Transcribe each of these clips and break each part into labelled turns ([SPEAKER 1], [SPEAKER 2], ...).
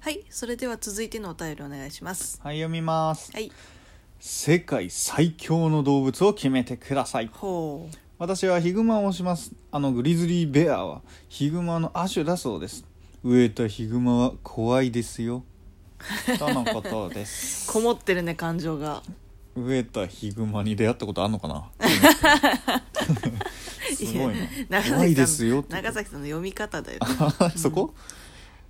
[SPEAKER 1] はいそれでは続いてのお便りお願いします
[SPEAKER 2] はい読みます
[SPEAKER 1] はい
[SPEAKER 2] 世界最強の動物を決めてください
[SPEAKER 1] ほう
[SPEAKER 2] 私はヒグマを推しますあのグリズリーベアはヒグマの亜種だそうです植えたヒグマは怖いですよとのこと です
[SPEAKER 1] こもってるね感情が
[SPEAKER 2] 植えたヒグマに出会ったことあんのか なすごいな
[SPEAKER 1] や
[SPEAKER 2] 怖いですよっ
[SPEAKER 1] 長
[SPEAKER 2] て
[SPEAKER 1] 崎さんの読み方だよ
[SPEAKER 2] そこ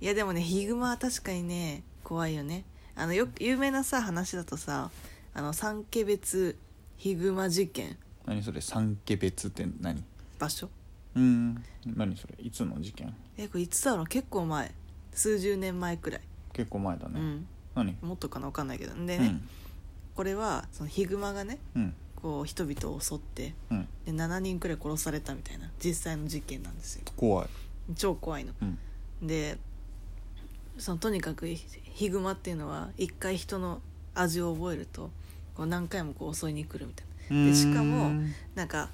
[SPEAKER 1] いやでもねヒグマは確かにね怖いよねあのよく有名なさ話だとさあの三家別ヒグマ事件
[SPEAKER 2] 何それ三家別って何
[SPEAKER 1] 場所
[SPEAKER 2] うん何それいつの事件
[SPEAKER 1] えこれいつだろう結構前数十年前くらい、
[SPEAKER 2] 結構前だ
[SPEAKER 1] う
[SPEAKER 2] ね、
[SPEAKER 1] ん
[SPEAKER 2] 何
[SPEAKER 1] もっとかな分かんないけど
[SPEAKER 2] う
[SPEAKER 1] でね、
[SPEAKER 2] ん
[SPEAKER 1] これはそのヒグマがね
[SPEAKER 2] うん
[SPEAKER 1] こう人々を襲って
[SPEAKER 2] うん
[SPEAKER 1] で7人くらい殺されたみたいな実際の事件なんですよ
[SPEAKER 2] 怖い
[SPEAKER 1] 超怖いの
[SPEAKER 2] うん
[SPEAKER 1] でそのとにかくヒグマっていうのは一回人の味を覚えるとこう何回もこう襲いに来るみたいなでしか
[SPEAKER 2] うー
[SPEAKER 1] も
[SPEAKER 2] ん
[SPEAKER 1] なんか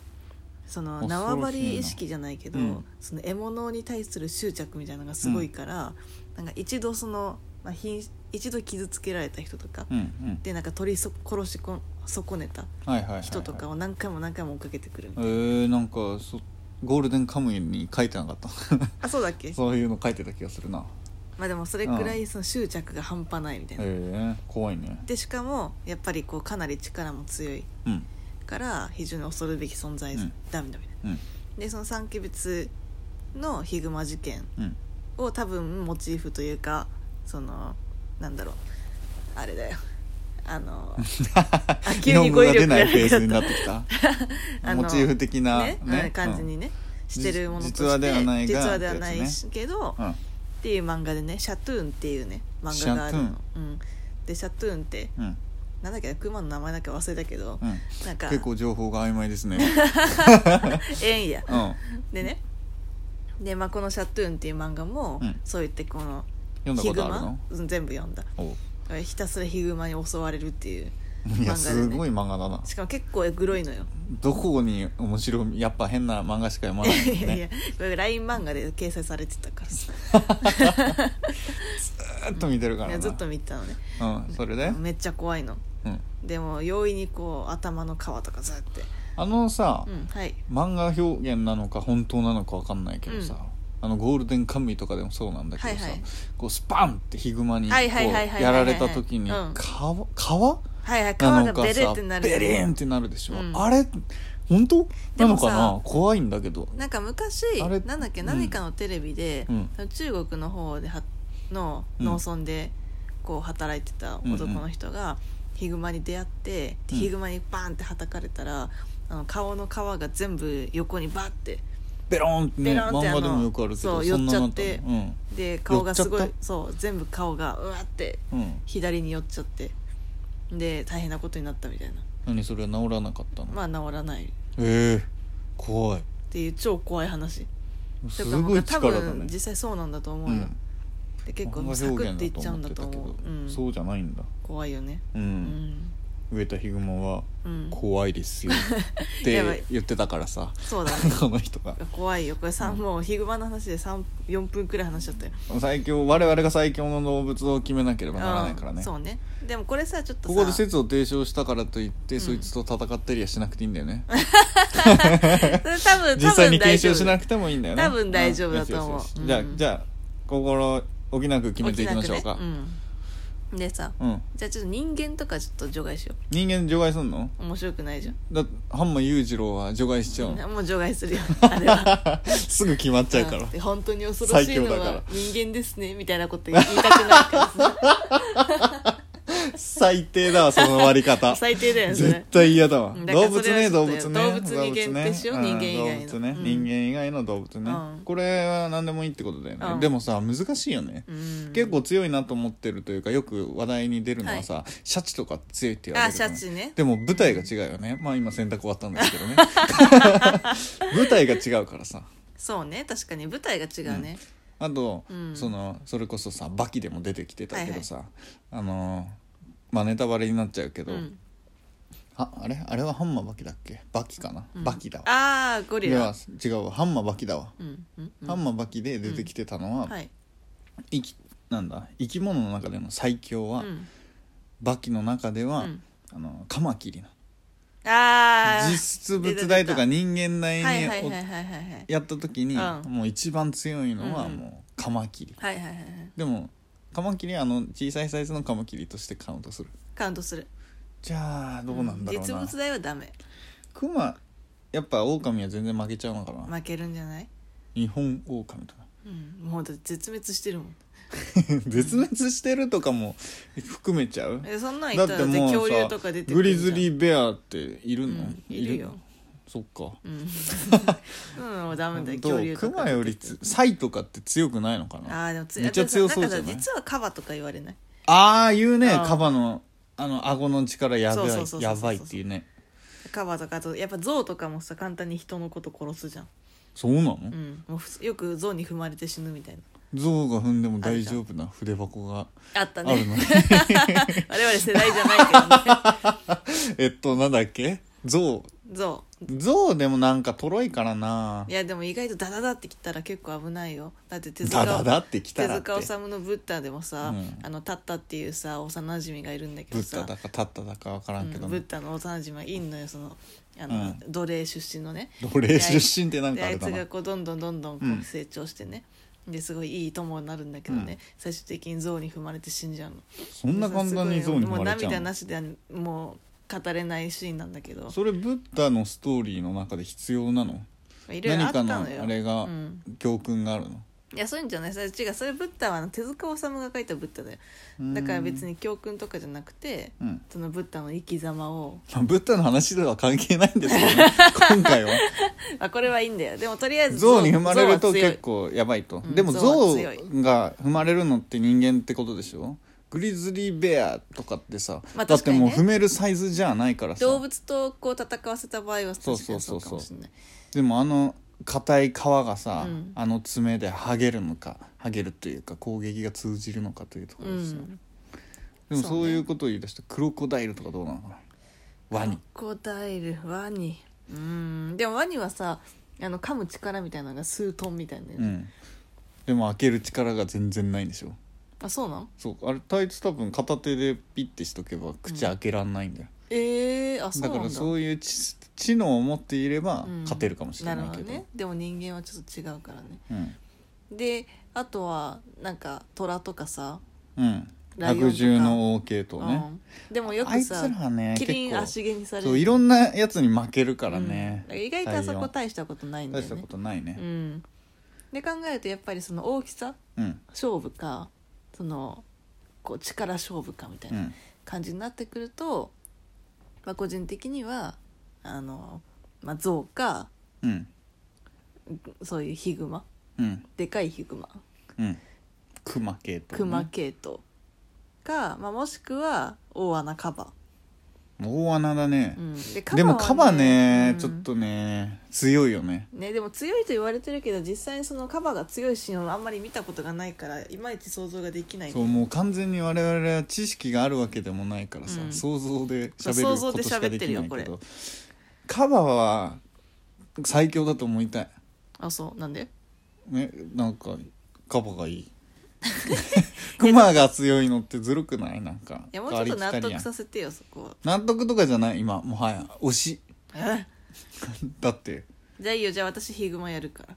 [SPEAKER 1] その
[SPEAKER 2] 恐ろしいな
[SPEAKER 1] 縄張り意識じゃないけど、
[SPEAKER 2] うん
[SPEAKER 1] その獲物に対する執着みたいなのがすごいから、なんか一度その、まあ、ひん一度傷つけられた人とか、
[SPEAKER 2] うんうん
[SPEAKER 1] でなんか取りそ殺しこ損ねた
[SPEAKER 2] はいはいはいはい
[SPEAKER 1] 人とかを何回も何回も追っかけてくるみた
[SPEAKER 2] え
[SPEAKER 1] いな、
[SPEAKER 2] ー、なんかそゴールデンカムイに書いてなかった
[SPEAKER 1] あそうだっけ
[SPEAKER 2] そういうの書いてた気がするな
[SPEAKER 1] まあでもそれくらいその執着が半端ないみたい
[SPEAKER 2] え
[SPEAKER 1] な、
[SPEAKER 2] ー、怖いね
[SPEAKER 1] でしかもやっぱりこうかなり力も強い
[SPEAKER 2] うん
[SPEAKER 1] から非常に恐るべき存在
[SPEAKER 2] うん
[SPEAKER 1] だみたいな、
[SPEAKER 2] うん
[SPEAKER 1] でその三鬼物のヒグマ事件
[SPEAKER 2] うん
[SPEAKER 1] を多分モチーフというかそのなんだろうあれだよあ の あ
[SPEAKER 2] 日
[SPEAKER 1] 急に
[SPEAKER 2] 本語
[SPEAKER 1] 語彙
[SPEAKER 2] が出
[SPEAKER 1] 力
[SPEAKER 2] ない
[SPEAKER 1] が
[SPEAKER 2] ペースになってきた
[SPEAKER 1] あの
[SPEAKER 2] モチーフ的な
[SPEAKER 1] ねあの感じにね、してるものとして
[SPEAKER 2] 実話ではないが
[SPEAKER 1] 実話ではない
[SPEAKER 2] ってやつ
[SPEAKER 1] しけど、
[SPEAKER 2] うんうん
[SPEAKER 1] っていう漫画でね「シャトゥーン」っていうね漫画がある
[SPEAKER 2] シャ
[SPEAKER 1] の、うん、でシャトゥーンって
[SPEAKER 2] うん
[SPEAKER 1] なんだっけな熊の名前だけ忘れたけど、
[SPEAKER 2] うん
[SPEAKER 1] なんか
[SPEAKER 2] 結構情報が曖 昧ですね
[SPEAKER 1] ええんや
[SPEAKER 2] うん
[SPEAKER 1] でねで、まあ、この「シャトゥーン」っていう漫画も、
[SPEAKER 2] うん
[SPEAKER 1] そう言ってこの
[SPEAKER 2] 読んだ
[SPEAKER 1] ヒ
[SPEAKER 2] こ
[SPEAKER 1] グ
[SPEAKER 2] とある
[SPEAKER 1] マ
[SPEAKER 2] の
[SPEAKER 1] うん全部読んだ
[SPEAKER 2] おう
[SPEAKER 1] ひたすらヒグマに襲われるっていう
[SPEAKER 2] いや
[SPEAKER 1] 漫画でね
[SPEAKER 2] すごい漫画だな
[SPEAKER 1] しかも結構えグロいのよ
[SPEAKER 2] どこに面白いやっぱ変な漫画しか読まない ん
[SPEAKER 1] い
[SPEAKER 2] で
[SPEAKER 1] やい
[SPEAKER 2] ね
[SPEAKER 1] やこれ LINE 漫画で掲載されてたからさ
[SPEAKER 2] ずっと見てるからな
[SPEAKER 1] ずっと見てたのね
[SPEAKER 2] うんそれで
[SPEAKER 1] めっちゃ怖いの
[SPEAKER 2] うん
[SPEAKER 1] でも容易にこう頭の皮とかずって
[SPEAKER 2] あのさ
[SPEAKER 1] うんはい
[SPEAKER 2] 漫画表現なのか本当なのか分かんないけどさ、
[SPEAKER 1] うん
[SPEAKER 2] あのゴールデンカムイとかでもそうなんだけどさ、
[SPEAKER 1] はいはい
[SPEAKER 2] こうスパンってヒグマにこ
[SPEAKER 1] はいはいはいはいは
[SPEAKER 2] う
[SPEAKER 1] い
[SPEAKER 2] やられた時に皮,、
[SPEAKER 1] うん
[SPEAKER 2] 皮
[SPEAKER 1] はいはい皮
[SPEAKER 2] な
[SPEAKER 1] が
[SPEAKER 2] のか
[SPEAKER 1] ベレ
[SPEAKER 2] さ
[SPEAKER 1] ってなる
[SPEAKER 2] ベリーンってなるでしょ、
[SPEAKER 1] うん
[SPEAKER 2] あれ本当
[SPEAKER 1] で
[SPEAKER 2] なの
[SPEAKER 1] もさ
[SPEAKER 2] かな怖いんだけど
[SPEAKER 1] なんか昔
[SPEAKER 2] あれ
[SPEAKER 1] なんだっけ
[SPEAKER 2] うん
[SPEAKER 1] 何かのテレビで、
[SPEAKER 2] うん
[SPEAKER 1] その中国の方ではの
[SPEAKER 2] うん
[SPEAKER 1] 農村でこう働いてた男の人がヒグマに出会って、
[SPEAKER 2] うん
[SPEAKER 1] ヒグマにバーンってはたかれたらあの顔の皮が全部横にバーって
[SPEAKER 2] ベロンってね
[SPEAKER 1] ベロンってあ
[SPEAKER 2] 漫
[SPEAKER 1] の
[SPEAKER 2] 画でもよくあるけ
[SPEAKER 1] そ
[SPEAKER 2] ど
[SPEAKER 1] うん
[SPEAKER 2] なの
[SPEAKER 1] 寄っちゃって
[SPEAKER 2] あっ
[SPEAKER 1] で顔がすご
[SPEAKER 2] 寄
[SPEAKER 1] い
[SPEAKER 2] っちゃっ
[SPEAKER 1] そう全部顔がうわって
[SPEAKER 2] たのうん、うん、
[SPEAKER 1] 左に寄っちゃってで大変なことになったみたいな
[SPEAKER 2] 何それは治らなかったの、
[SPEAKER 1] まあ治らないっ
[SPEAKER 2] ええ怖い
[SPEAKER 1] ていう超怖い話
[SPEAKER 2] す
[SPEAKER 1] だから
[SPEAKER 2] ごい
[SPEAKER 1] 多
[SPEAKER 2] 力だ
[SPEAKER 1] 分
[SPEAKER 2] ね
[SPEAKER 1] 実際そうなんだと思うよ、
[SPEAKER 2] うん
[SPEAKER 1] で結構
[SPEAKER 2] 漫
[SPEAKER 1] サク
[SPEAKER 2] 画
[SPEAKER 1] っていっ
[SPEAKER 2] 表現
[SPEAKER 1] ちゃうんだと思う
[SPEAKER 2] 思ってたけど
[SPEAKER 1] うん
[SPEAKER 2] そうじゃないんだ
[SPEAKER 1] 怖いよね
[SPEAKER 2] う、
[SPEAKER 1] うんん、
[SPEAKER 2] 植えたヒグマは
[SPEAKER 1] うん、
[SPEAKER 2] 怖いですよっ
[SPEAKER 1] やばい
[SPEAKER 2] て言ってたからさ
[SPEAKER 1] そうだね
[SPEAKER 2] この人が
[SPEAKER 1] 怖いよこれさ、もうヒグマの話で4分くらい話しちゃったよ
[SPEAKER 2] 最強我々が最強の動物を決めなければならないから
[SPEAKER 1] う
[SPEAKER 2] ね
[SPEAKER 1] んそうねでもこれさちょっとさ
[SPEAKER 2] ここで説を提唱したからといって、
[SPEAKER 1] ん
[SPEAKER 2] そいつと戦ったりはしなくていいんだよね
[SPEAKER 1] それ 多分多分
[SPEAKER 2] 実際に
[SPEAKER 1] 大
[SPEAKER 2] 検
[SPEAKER 1] 丈夫
[SPEAKER 2] 証しなくてもいいんだよね
[SPEAKER 1] 多分大丈夫だと思うん
[SPEAKER 2] よしよし
[SPEAKER 1] う
[SPEAKER 2] よし
[SPEAKER 1] ん
[SPEAKER 2] じゃあじゃあ心置きなく決めていきましょうか、
[SPEAKER 1] 起きなくねうん、でさ
[SPEAKER 2] うん、
[SPEAKER 1] じゃあちょっと人間とかちょっと除外しよ
[SPEAKER 2] 人間除外すんの
[SPEAKER 1] う面白くないじゃん
[SPEAKER 2] だ半間裕次郎は除外しちゃうの
[SPEAKER 1] もう除外する よあれは
[SPEAKER 2] すぐ決まっちゃうから
[SPEAKER 1] うん本当に恐ろしいの
[SPEAKER 2] 最強だか
[SPEAKER 1] は
[SPEAKER 2] ら
[SPEAKER 1] 人間ですねみたいなこと言いたくないからさ
[SPEAKER 2] 最低だわその割り方
[SPEAKER 1] 最低だよねそれ
[SPEAKER 2] 絶対嫌だわ
[SPEAKER 1] うんだから
[SPEAKER 2] 動物ね動
[SPEAKER 1] それは
[SPEAKER 2] 物
[SPEAKER 1] ちょっと
[SPEAKER 2] ね
[SPEAKER 1] 動物に限定しよう
[SPEAKER 2] 動物
[SPEAKER 1] 人間以外の
[SPEAKER 2] 動物ね
[SPEAKER 1] うん
[SPEAKER 2] 人間以外の動物ね
[SPEAKER 1] うん
[SPEAKER 2] これは何でもいいってことだよね
[SPEAKER 1] うん
[SPEAKER 2] でもさ難しいよね
[SPEAKER 1] うん
[SPEAKER 2] 結構強いなと思ってるというかよく話題に出るのはさシャチとか強いって言
[SPEAKER 1] あ
[SPEAKER 2] われるじ
[SPEAKER 1] シ
[SPEAKER 2] ゃな
[SPEAKER 1] ャ
[SPEAKER 2] い
[SPEAKER 1] チね
[SPEAKER 2] でも舞台が違うよねまあ今選択終わったんです けどね舞台が違うからさ
[SPEAKER 1] そうね確かに舞台が違うね、
[SPEAKER 2] あと、
[SPEAKER 1] うん
[SPEAKER 2] そのそれこそさバキでも出てきてたけどさ、あのまあネタバレになっちゃうけ
[SPEAKER 1] う
[SPEAKER 2] ど、
[SPEAKER 1] ん
[SPEAKER 2] ああれあれはハンマーバキだっけバキかな、
[SPEAKER 1] うん
[SPEAKER 2] バキだわ
[SPEAKER 1] ああゴリ
[SPEAKER 2] いや
[SPEAKER 1] ラ
[SPEAKER 2] 違うわハンマーバキだわ、
[SPEAKER 1] うんうんうん
[SPEAKER 2] ハンマーバキで出てきてたのは、
[SPEAKER 1] はい
[SPEAKER 2] 生きなんだ生き物の中での最強は、
[SPEAKER 1] うん
[SPEAKER 2] バキの中では、
[SPEAKER 1] うん
[SPEAKER 2] あのカマキリな
[SPEAKER 1] ああ
[SPEAKER 2] 実質物大とか
[SPEAKER 1] に
[SPEAKER 2] 人間大
[SPEAKER 1] はいはいはい
[SPEAKER 2] に
[SPEAKER 1] はいはいはい
[SPEAKER 2] やった時に、
[SPEAKER 1] うん
[SPEAKER 2] もう一番強いのは
[SPEAKER 1] うんうん
[SPEAKER 2] もうカマキリ、
[SPEAKER 1] はいはいはいはい
[SPEAKER 2] でもカマキリはあの小さいサイズのカマキリとしてカウントする
[SPEAKER 1] カウントする
[SPEAKER 2] じゃあどうなんだろう
[SPEAKER 1] 実
[SPEAKER 2] な、
[SPEAKER 1] 物大はダメ
[SPEAKER 2] クマやっぱオオカミは全然負けちゃうのかな、
[SPEAKER 1] 負けるんじゃない
[SPEAKER 2] 日本オオカミとか
[SPEAKER 1] うんもうだって絶滅してるもん
[SPEAKER 2] 絶滅してるとかも含めちゃう
[SPEAKER 1] えそんなん言
[SPEAKER 2] だっ
[SPEAKER 1] った
[SPEAKER 2] て
[SPEAKER 1] らだって
[SPEAKER 2] も
[SPEAKER 1] 恐竜
[SPEAKER 2] う
[SPEAKER 1] と
[SPEAKER 2] さ
[SPEAKER 1] か出て
[SPEAKER 2] グリズ
[SPEAKER 1] ー
[SPEAKER 2] リーベアっている
[SPEAKER 1] う
[SPEAKER 2] の、
[SPEAKER 1] んいるよ
[SPEAKER 2] そっか
[SPEAKER 1] うんうんもうダメだよ
[SPEAKER 2] ど
[SPEAKER 1] 恐竜
[SPEAKER 2] う
[SPEAKER 1] と
[SPEAKER 2] ク
[SPEAKER 1] か
[SPEAKER 2] マよりつサイとかって強くないのかな
[SPEAKER 1] ああでもつ
[SPEAKER 2] めっちゃ強そうじゃない
[SPEAKER 1] だから実はカバとか言われない
[SPEAKER 2] ああいうね
[SPEAKER 1] あー
[SPEAKER 2] カバのあの顎の力やばい
[SPEAKER 1] そうそうそうそうそう
[SPEAKER 2] やばいっていうね
[SPEAKER 1] カバとかあとやっぱ象とかもさ簡単に人のこと殺すじゃん、
[SPEAKER 2] そうなの、
[SPEAKER 1] うん、もうふよく象に踏まれて死ぬみたいな
[SPEAKER 2] 象が踏んでも大丈夫な筆箱が
[SPEAKER 1] あった
[SPEAKER 2] あ
[SPEAKER 1] ね
[SPEAKER 2] るの
[SPEAKER 1] 我々世代じゃないけどね
[SPEAKER 2] えっとなんだっけ象
[SPEAKER 1] 象
[SPEAKER 2] 象でもなんかとろいからない
[SPEAKER 1] やでも意外とダダダってきたら結構危ないよだって手塚
[SPEAKER 2] ダダダってきた
[SPEAKER 1] 手
[SPEAKER 2] らって
[SPEAKER 1] 塚治虫のブッダでもさ、
[SPEAKER 2] うん
[SPEAKER 1] あのタッタっていうさ幼馴染がいるんだけ
[SPEAKER 2] ブ
[SPEAKER 1] ど
[SPEAKER 2] ッ
[SPEAKER 1] さ
[SPEAKER 2] ダだか立っただかわから
[SPEAKER 1] うん
[SPEAKER 2] んけど、
[SPEAKER 1] ブッダの幼馴染はいんのよそのあの、
[SPEAKER 2] うん
[SPEAKER 1] 奴隷出身のね
[SPEAKER 2] 奴隷出身ってなん
[SPEAKER 1] で
[SPEAKER 2] かあ
[SPEAKER 1] あ
[SPEAKER 2] れ
[SPEAKER 1] いつ
[SPEAKER 2] だな
[SPEAKER 1] がこうどんどんどんどんこ
[SPEAKER 2] うん
[SPEAKER 1] う成長してね、ですごいいい友になるんだけどね、
[SPEAKER 2] うん
[SPEAKER 1] 最終的に象に踏まれて死んじゃうの
[SPEAKER 2] そんな簡単に象に踏まれ
[SPEAKER 1] もう
[SPEAKER 2] ちゃ
[SPEAKER 1] 涙
[SPEAKER 2] うの
[SPEAKER 1] なしではもう語れないシーンなんだけど
[SPEAKER 2] それブッダのストーリーの中で必要なの
[SPEAKER 1] いろいろあ
[SPEAKER 2] 何
[SPEAKER 1] った
[SPEAKER 2] か
[SPEAKER 1] の
[SPEAKER 2] の
[SPEAKER 1] よ
[SPEAKER 2] あれが
[SPEAKER 1] うん
[SPEAKER 2] 教訓があるの
[SPEAKER 1] いやそういうんじゃないそれ違うそれブッダはあの手塚治虫が書いたブッダだよ
[SPEAKER 2] うん
[SPEAKER 1] だから別に教訓とかじゃなくて
[SPEAKER 2] うん
[SPEAKER 1] そのブッダの生き様を
[SPEAKER 2] まあブッダの話では関係ないんですけどね今回は
[SPEAKER 1] あこれはいいんだよでもとりあえず
[SPEAKER 2] 象に踏まれる
[SPEAKER 1] 象
[SPEAKER 2] と
[SPEAKER 1] は強い
[SPEAKER 2] 結構やばいと
[SPEAKER 1] うん
[SPEAKER 2] でも
[SPEAKER 1] 象は
[SPEAKER 2] 象
[SPEAKER 1] 強い
[SPEAKER 2] が踏まれるのって人間ってことでしょグリズリーベアとかってさ、
[SPEAKER 1] まあ
[SPEAKER 2] だってもう
[SPEAKER 1] 確か
[SPEAKER 2] 踏
[SPEAKER 1] に
[SPEAKER 2] めるサイズじゃないからさ
[SPEAKER 1] 動物とこう戦わせた場合は確か
[SPEAKER 2] そう
[SPEAKER 1] に
[SPEAKER 2] そ
[SPEAKER 1] そ
[SPEAKER 2] うそうう
[SPEAKER 1] か
[SPEAKER 2] そう
[SPEAKER 1] もしれない
[SPEAKER 2] でもあの硬い皮がさ、
[SPEAKER 1] うん
[SPEAKER 2] あの爪で剥げるのか剥げるというか攻撃が通じるのかというとこ
[SPEAKER 1] う
[SPEAKER 2] ろですよ、
[SPEAKER 1] んそ
[SPEAKER 2] でも
[SPEAKER 1] うね
[SPEAKER 2] そういうことを言い出したクロコダイルとかどうなのかなワニ
[SPEAKER 1] クロコダイルワニうんでもワニはさあの噛む力みたいなのが数トンみたいな
[SPEAKER 2] う
[SPEAKER 1] ね
[SPEAKER 2] んでも開ける力が全然ないんでしょ
[SPEAKER 1] あそうなん
[SPEAKER 2] そうあれタイツ多分片手でピッてしとけば口開けらんないんだよ、
[SPEAKER 1] えー、あそうな
[SPEAKER 2] だ
[SPEAKER 1] ん
[SPEAKER 2] か
[SPEAKER 1] だ
[SPEAKER 2] らそういう知知能を持っていれば
[SPEAKER 1] うん
[SPEAKER 2] 勝てるかもしれない
[SPEAKER 1] なる
[SPEAKER 2] け
[SPEAKER 1] ほ
[SPEAKER 2] ど,、
[SPEAKER 1] どねでも人間はちょっと違うからね
[SPEAKER 2] うん
[SPEAKER 1] であとはなんか虎とかさ、
[SPEAKER 2] うん
[SPEAKER 1] ライオンとか
[SPEAKER 2] 百獣の王系
[SPEAKER 1] う
[SPEAKER 2] 統ね、
[SPEAKER 1] ん、でもよ
[SPEAKER 2] あ
[SPEAKER 1] く
[SPEAKER 2] いつ
[SPEAKER 1] さ
[SPEAKER 2] らはね
[SPEAKER 1] キリ
[SPEAKER 2] 結
[SPEAKER 1] ン
[SPEAKER 2] 構
[SPEAKER 1] 足毛にされる
[SPEAKER 2] そういろんなやつに負けるからね、
[SPEAKER 1] うん意外とあそこ
[SPEAKER 2] ライ
[SPEAKER 1] 大したことない
[SPEAKER 2] オン
[SPEAKER 1] んだ
[SPEAKER 2] 大
[SPEAKER 1] よ
[SPEAKER 2] した
[SPEAKER 1] ね
[SPEAKER 2] ことないね
[SPEAKER 1] うんで考えるとやっぱりその大きさ
[SPEAKER 2] うん
[SPEAKER 1] 勝負かそのこう力勝負かみたいうなん感じになってくると、まあ、個人的にはあの、まあ、象か
[SPEAKER 2] うん
[SPEAKER 1] そういうヒグマ
[SPEAKER 2] うん
[SPEAKER 1] でかいヒグマ
[SPEAKER 2] うんクマ系統、ね、
[SPEAKER 1] クマ系統か、まあ、もしくは大穴カバ、
[SPEAKER 2] 大穴だね、
[SPEAKER 1] うん、で
[SPEAKER 2] でもカバね、
[SPEAKER 1] うん
[SPEAKER 2] ちょっとね強いよね
[SPEAKER 1] ね、でも強いと言われてるけど実際にそのカバが強いシーンをあんまり見たことがないからいまいち想像ができない
[SPEAKER 2] そうもう完全に我々は知識があるわけでもないからさ、
[SPEAKER 1] うん
[SPEAKER 2] 想像で
[SPEAKER 1] そう
[SPEAKER 2] 喋
[SPEAKER 1] 想
[SPEAKER 2] る
[SPEAKER 1] 像
[SPEAKER 2] こ
[SPEAKER 1] で
[SPEAKER 2] としか
[SPEAKER 1] 喋
[SPEAKER 2] で
[SPEAKER 1] って
[SPEAKER 2] き
[SPEAKER 1] るよ
[SPEAKER 2] ないけどカバは最強だと思いたい
[SPEAKER 1] あそうなんで
[SPEAKER 2] ねなんかカバがい いクマが強いのってずるくないなんか
[SPEAKER 1] いやもうちょっと納
[SPEAKER 2] ありきたり
[SPEAKER 1] 得
[SPEAKER 2] やん
[SPEAKER 1] させてよそこは
[SPEAKER 2] 納得とかじゃない今もはや推しだって
[SPEAKER 1] じゃあいいよじゃあ私ヒグマやるから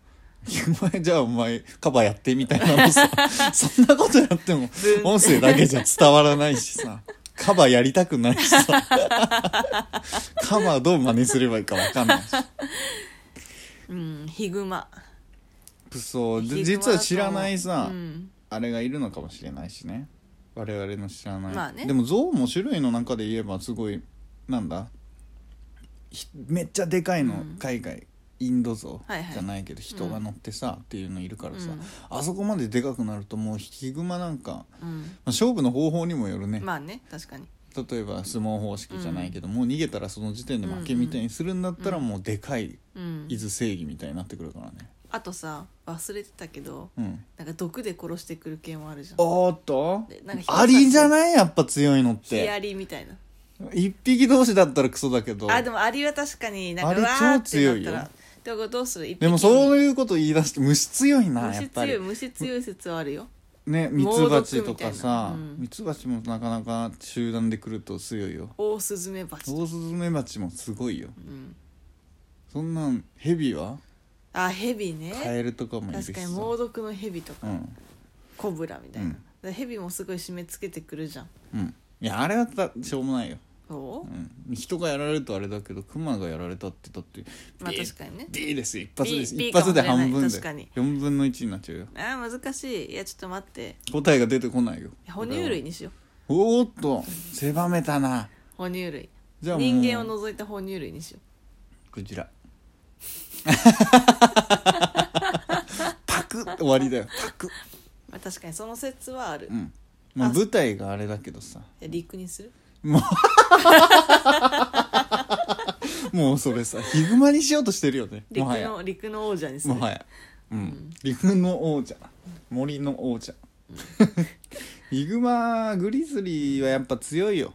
[SPEAKER 2] お前 じゃあお前カバやってみたいなの さそんなことやっても
[SPEAKER 1] ブン
[SPEAKER 2] 音声だけじゃ伝わらないしさカバやりたくない しさカバどう真似すればいいか分かんないし
[SPEAKER 1] うんヒグマ
[SPEAKER 2] そう
[SPEAKER 1] ヒグマだと思
[SPEAKER 2] で
[SPEAKER 1] う
[SPEAKER 2] 実は知らないさ、
[SPEAKER 1] うん
[SPEAKER 2] あれがいるのかもしれないしね我々の知らない、
[SPEAKER 1] まあね
[SPEAKER 2] でも象も種類の中で言えばすごいなんだひめっちゃでかいの、
[SPEAKER 1] うん
[SPEAKER 2] 海外インド象
[SPEAKER 1] はいはい
[SPEAKER 2] じゃないけど人が乗ってさ、っていうのいるからさ、
[SPEAKER 1] うん
[SPEAKER 2] あそこまででかくなるともうヒグマなんか、ま
[SPEAKER 1] うん
[SPEAKER 2] あ勝負の方法にもよるね、
[SPEAKER 1] まあね確かに
[SPEAKER 2] 例えば相撲方式じゃないけど、もう逃げたらその時点で負けみたいにするんだったらもうでかい
[SPEAKER 1] うん
[SPEAKER 2] 伊豆正義みたいになってくるからね、
[SPEAKER 1] あとさ忘れてたけど
[SPEAKER 2] うん、
[SPEAKER 1] なんか毒で殺してくる系もあるじゃん
[SPEAKER 2] おーっと
[SPEAKER 1] でなんか人
[SPEAKER 2] アリじゃないやっぱ強いのっ
[SPEAKER 1] ヒア
[SPEAKER 2] て
[SPEAKER 1] リみたいな
[SPEAKER 2] 一匹同士だったらクソだけど
[SPEAKER 1] あでもアリは確かになんか
[SPEAKER 2] アリ
[SPEAKER 1] わー
[SPEAKER 2] 超
[SPEAKER 1] って
[SPEAKER 2] 強
[SPEAKER 1] なっ
[SPEAKER 2] い
[SPEAKER 1] た
[SPEAKER 2] よ
[SPEAKER 1] らでもどうする一匹
[SPEAKER 2] でもそういうこと言い出して虫強いなやっ
[SPEAKER 1] 虫
[SPEAKER 2] ぱ
[SPEAKER 1] 強い
[SPEAKER 2] り
[SPEAKER 1] 虫強い説はあるよ
[SPEAKER 2] ねミツバチと
[SPEAKER 1] 猛毒
[SPEAKER 2] かさ
[SPEAKER 1] みたいなうん
[SPEAKER 2] ミツバチもなかなか集団で来ると強いよ
[SPEAKER 1] オオスズメバチ
[SPEAKER 2] オオスズメバチもすごいよ
[SPEAKER 1] うん、
[SPEAKER 2] そんなんヘビは
[SPEAKER 1] あヘビね
[SPEAKER 2] カエルとかもいるし
[SPEAKER 1] 確
[SPEAKER 2] さ
[SPEAKER 1] かに猛毒のヘビとか、
[SPEAKER 2] うん
[SPEAKER 1] コブラみたいな、
[SPEAKER 2] うん
[SPEAKER 1] だからヘビもすごい締め付けてくるじゃん
[SPEAKER 2] うんいやあれはたしょうもないよ、
[SPEAKER 1] そう
[SPEAKER 2] うん、人がやられるとあれだけどクマがやられたってだって
[SPEAKER 1] まあ確かにね
[SPEAKER 2] D ですよ一発です
[SPEAKER 1] B
[SPEAKER 2] 一発で
[SPEAKER 1] かもしれない
[SPEAKER 2] 半分で
[SPEAKER 1] 確かに
[SPEAKER 2] 4分の1になっちゃうよ
[SPEAKER 1] あー難しいいやちょっと待って
[SPEAKER 2] 答えが出てこないよ
[SPEAKER 1] 哺乳類にしよ
[SPEAKER 2] おーっと狭めたな
[SPEAKER 1] う哺乳類
[SPEAKER 2] じゃあもう
[SPEAKER 1] 人間を除いた哺乳類にしよ
[SPEAKER 2] クジラパクッ終わりだよパクッ
[SPEAKER 1] う、まあ、確かにその説はある、
[SPEAKER 2] う
[SPEAKER 1] い
[SPEAKER 2] んまあ
[SPEAKER 1] あ
[SPEAKER 2] 舞台があれだけどさ
[SPEAKER 1] や陸にする
[SPEAKER 2] もうそれさヒグマにしようとしてるよね
[SPEAKER 1] 陸
[SPEAKER 2] もはや
[SPEAKER 1] の陸の王者にする
[SPEAKER 2] もはや、うん、陸の王者森の王者 ヒグマグリズリーはやっぱ強いよ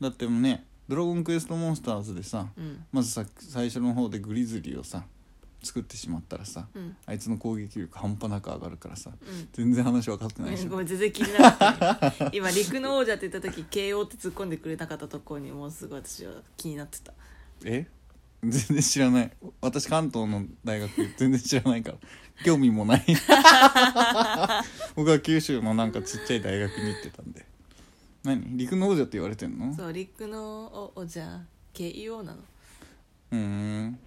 [SPEAKER 2] だってもうね「ドラゴンクエストモンスターズ」でさ
[SPEAKER 1] うん
[SPEAKER 2] まずさ最初の方でグリズリーをさ作ってしまったらさ
[SPEAKER 1] うん
[SPEAKER 2] あいつの攻撃力半端なく上がるからさ
[SPEAKER 1] うん
[SPEAKER 2] 全然話分かって
[SPEAKER 1] ご
[SPEAKER 2] ない
[SPEAKER 1] め
[SPEAKER 2] でし
[SPEAKER 1] んご
[SPEAKER 2] ょ
[SPEAKER 1] めん全然気にならなくて今陸の王者って言った時慶応って突っ込んでくれなかったところにもうすごい私は気になってた
[SPEAKER 2] え全然知らない私関東の大学全然知らないから興味もない 僕は九州のなんかちっちゃい大学に行ってたんで何陸の王者って言われてんの
[SPEAKER 1] そう陸の王者慶応なの
[SPEAKER 2] うーん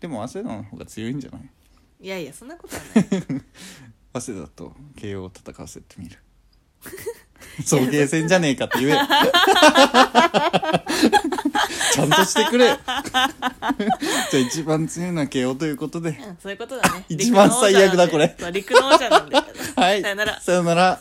[SPEAKER 2] でも早稲田の方が強いんじゃない
[SPEAKER 1] いやいやそんなことはない
[SPEAKER 2] 早稲田と慶応を戦わせて みる送迎戦じゃねえかって言えちゃんとしてくれ じゃあ一番強いのは慶応ということで
[SPEAKER 1] うんそういうことだね
[SPEAKER 2] 一番最悪だこれ
[SPEAKER 1] 陸の王者なんでそう陸の王者なんで
[SPEAKER 2] はい
[SPEAKER 1] さよなら
[SPEAKER 2] さよなら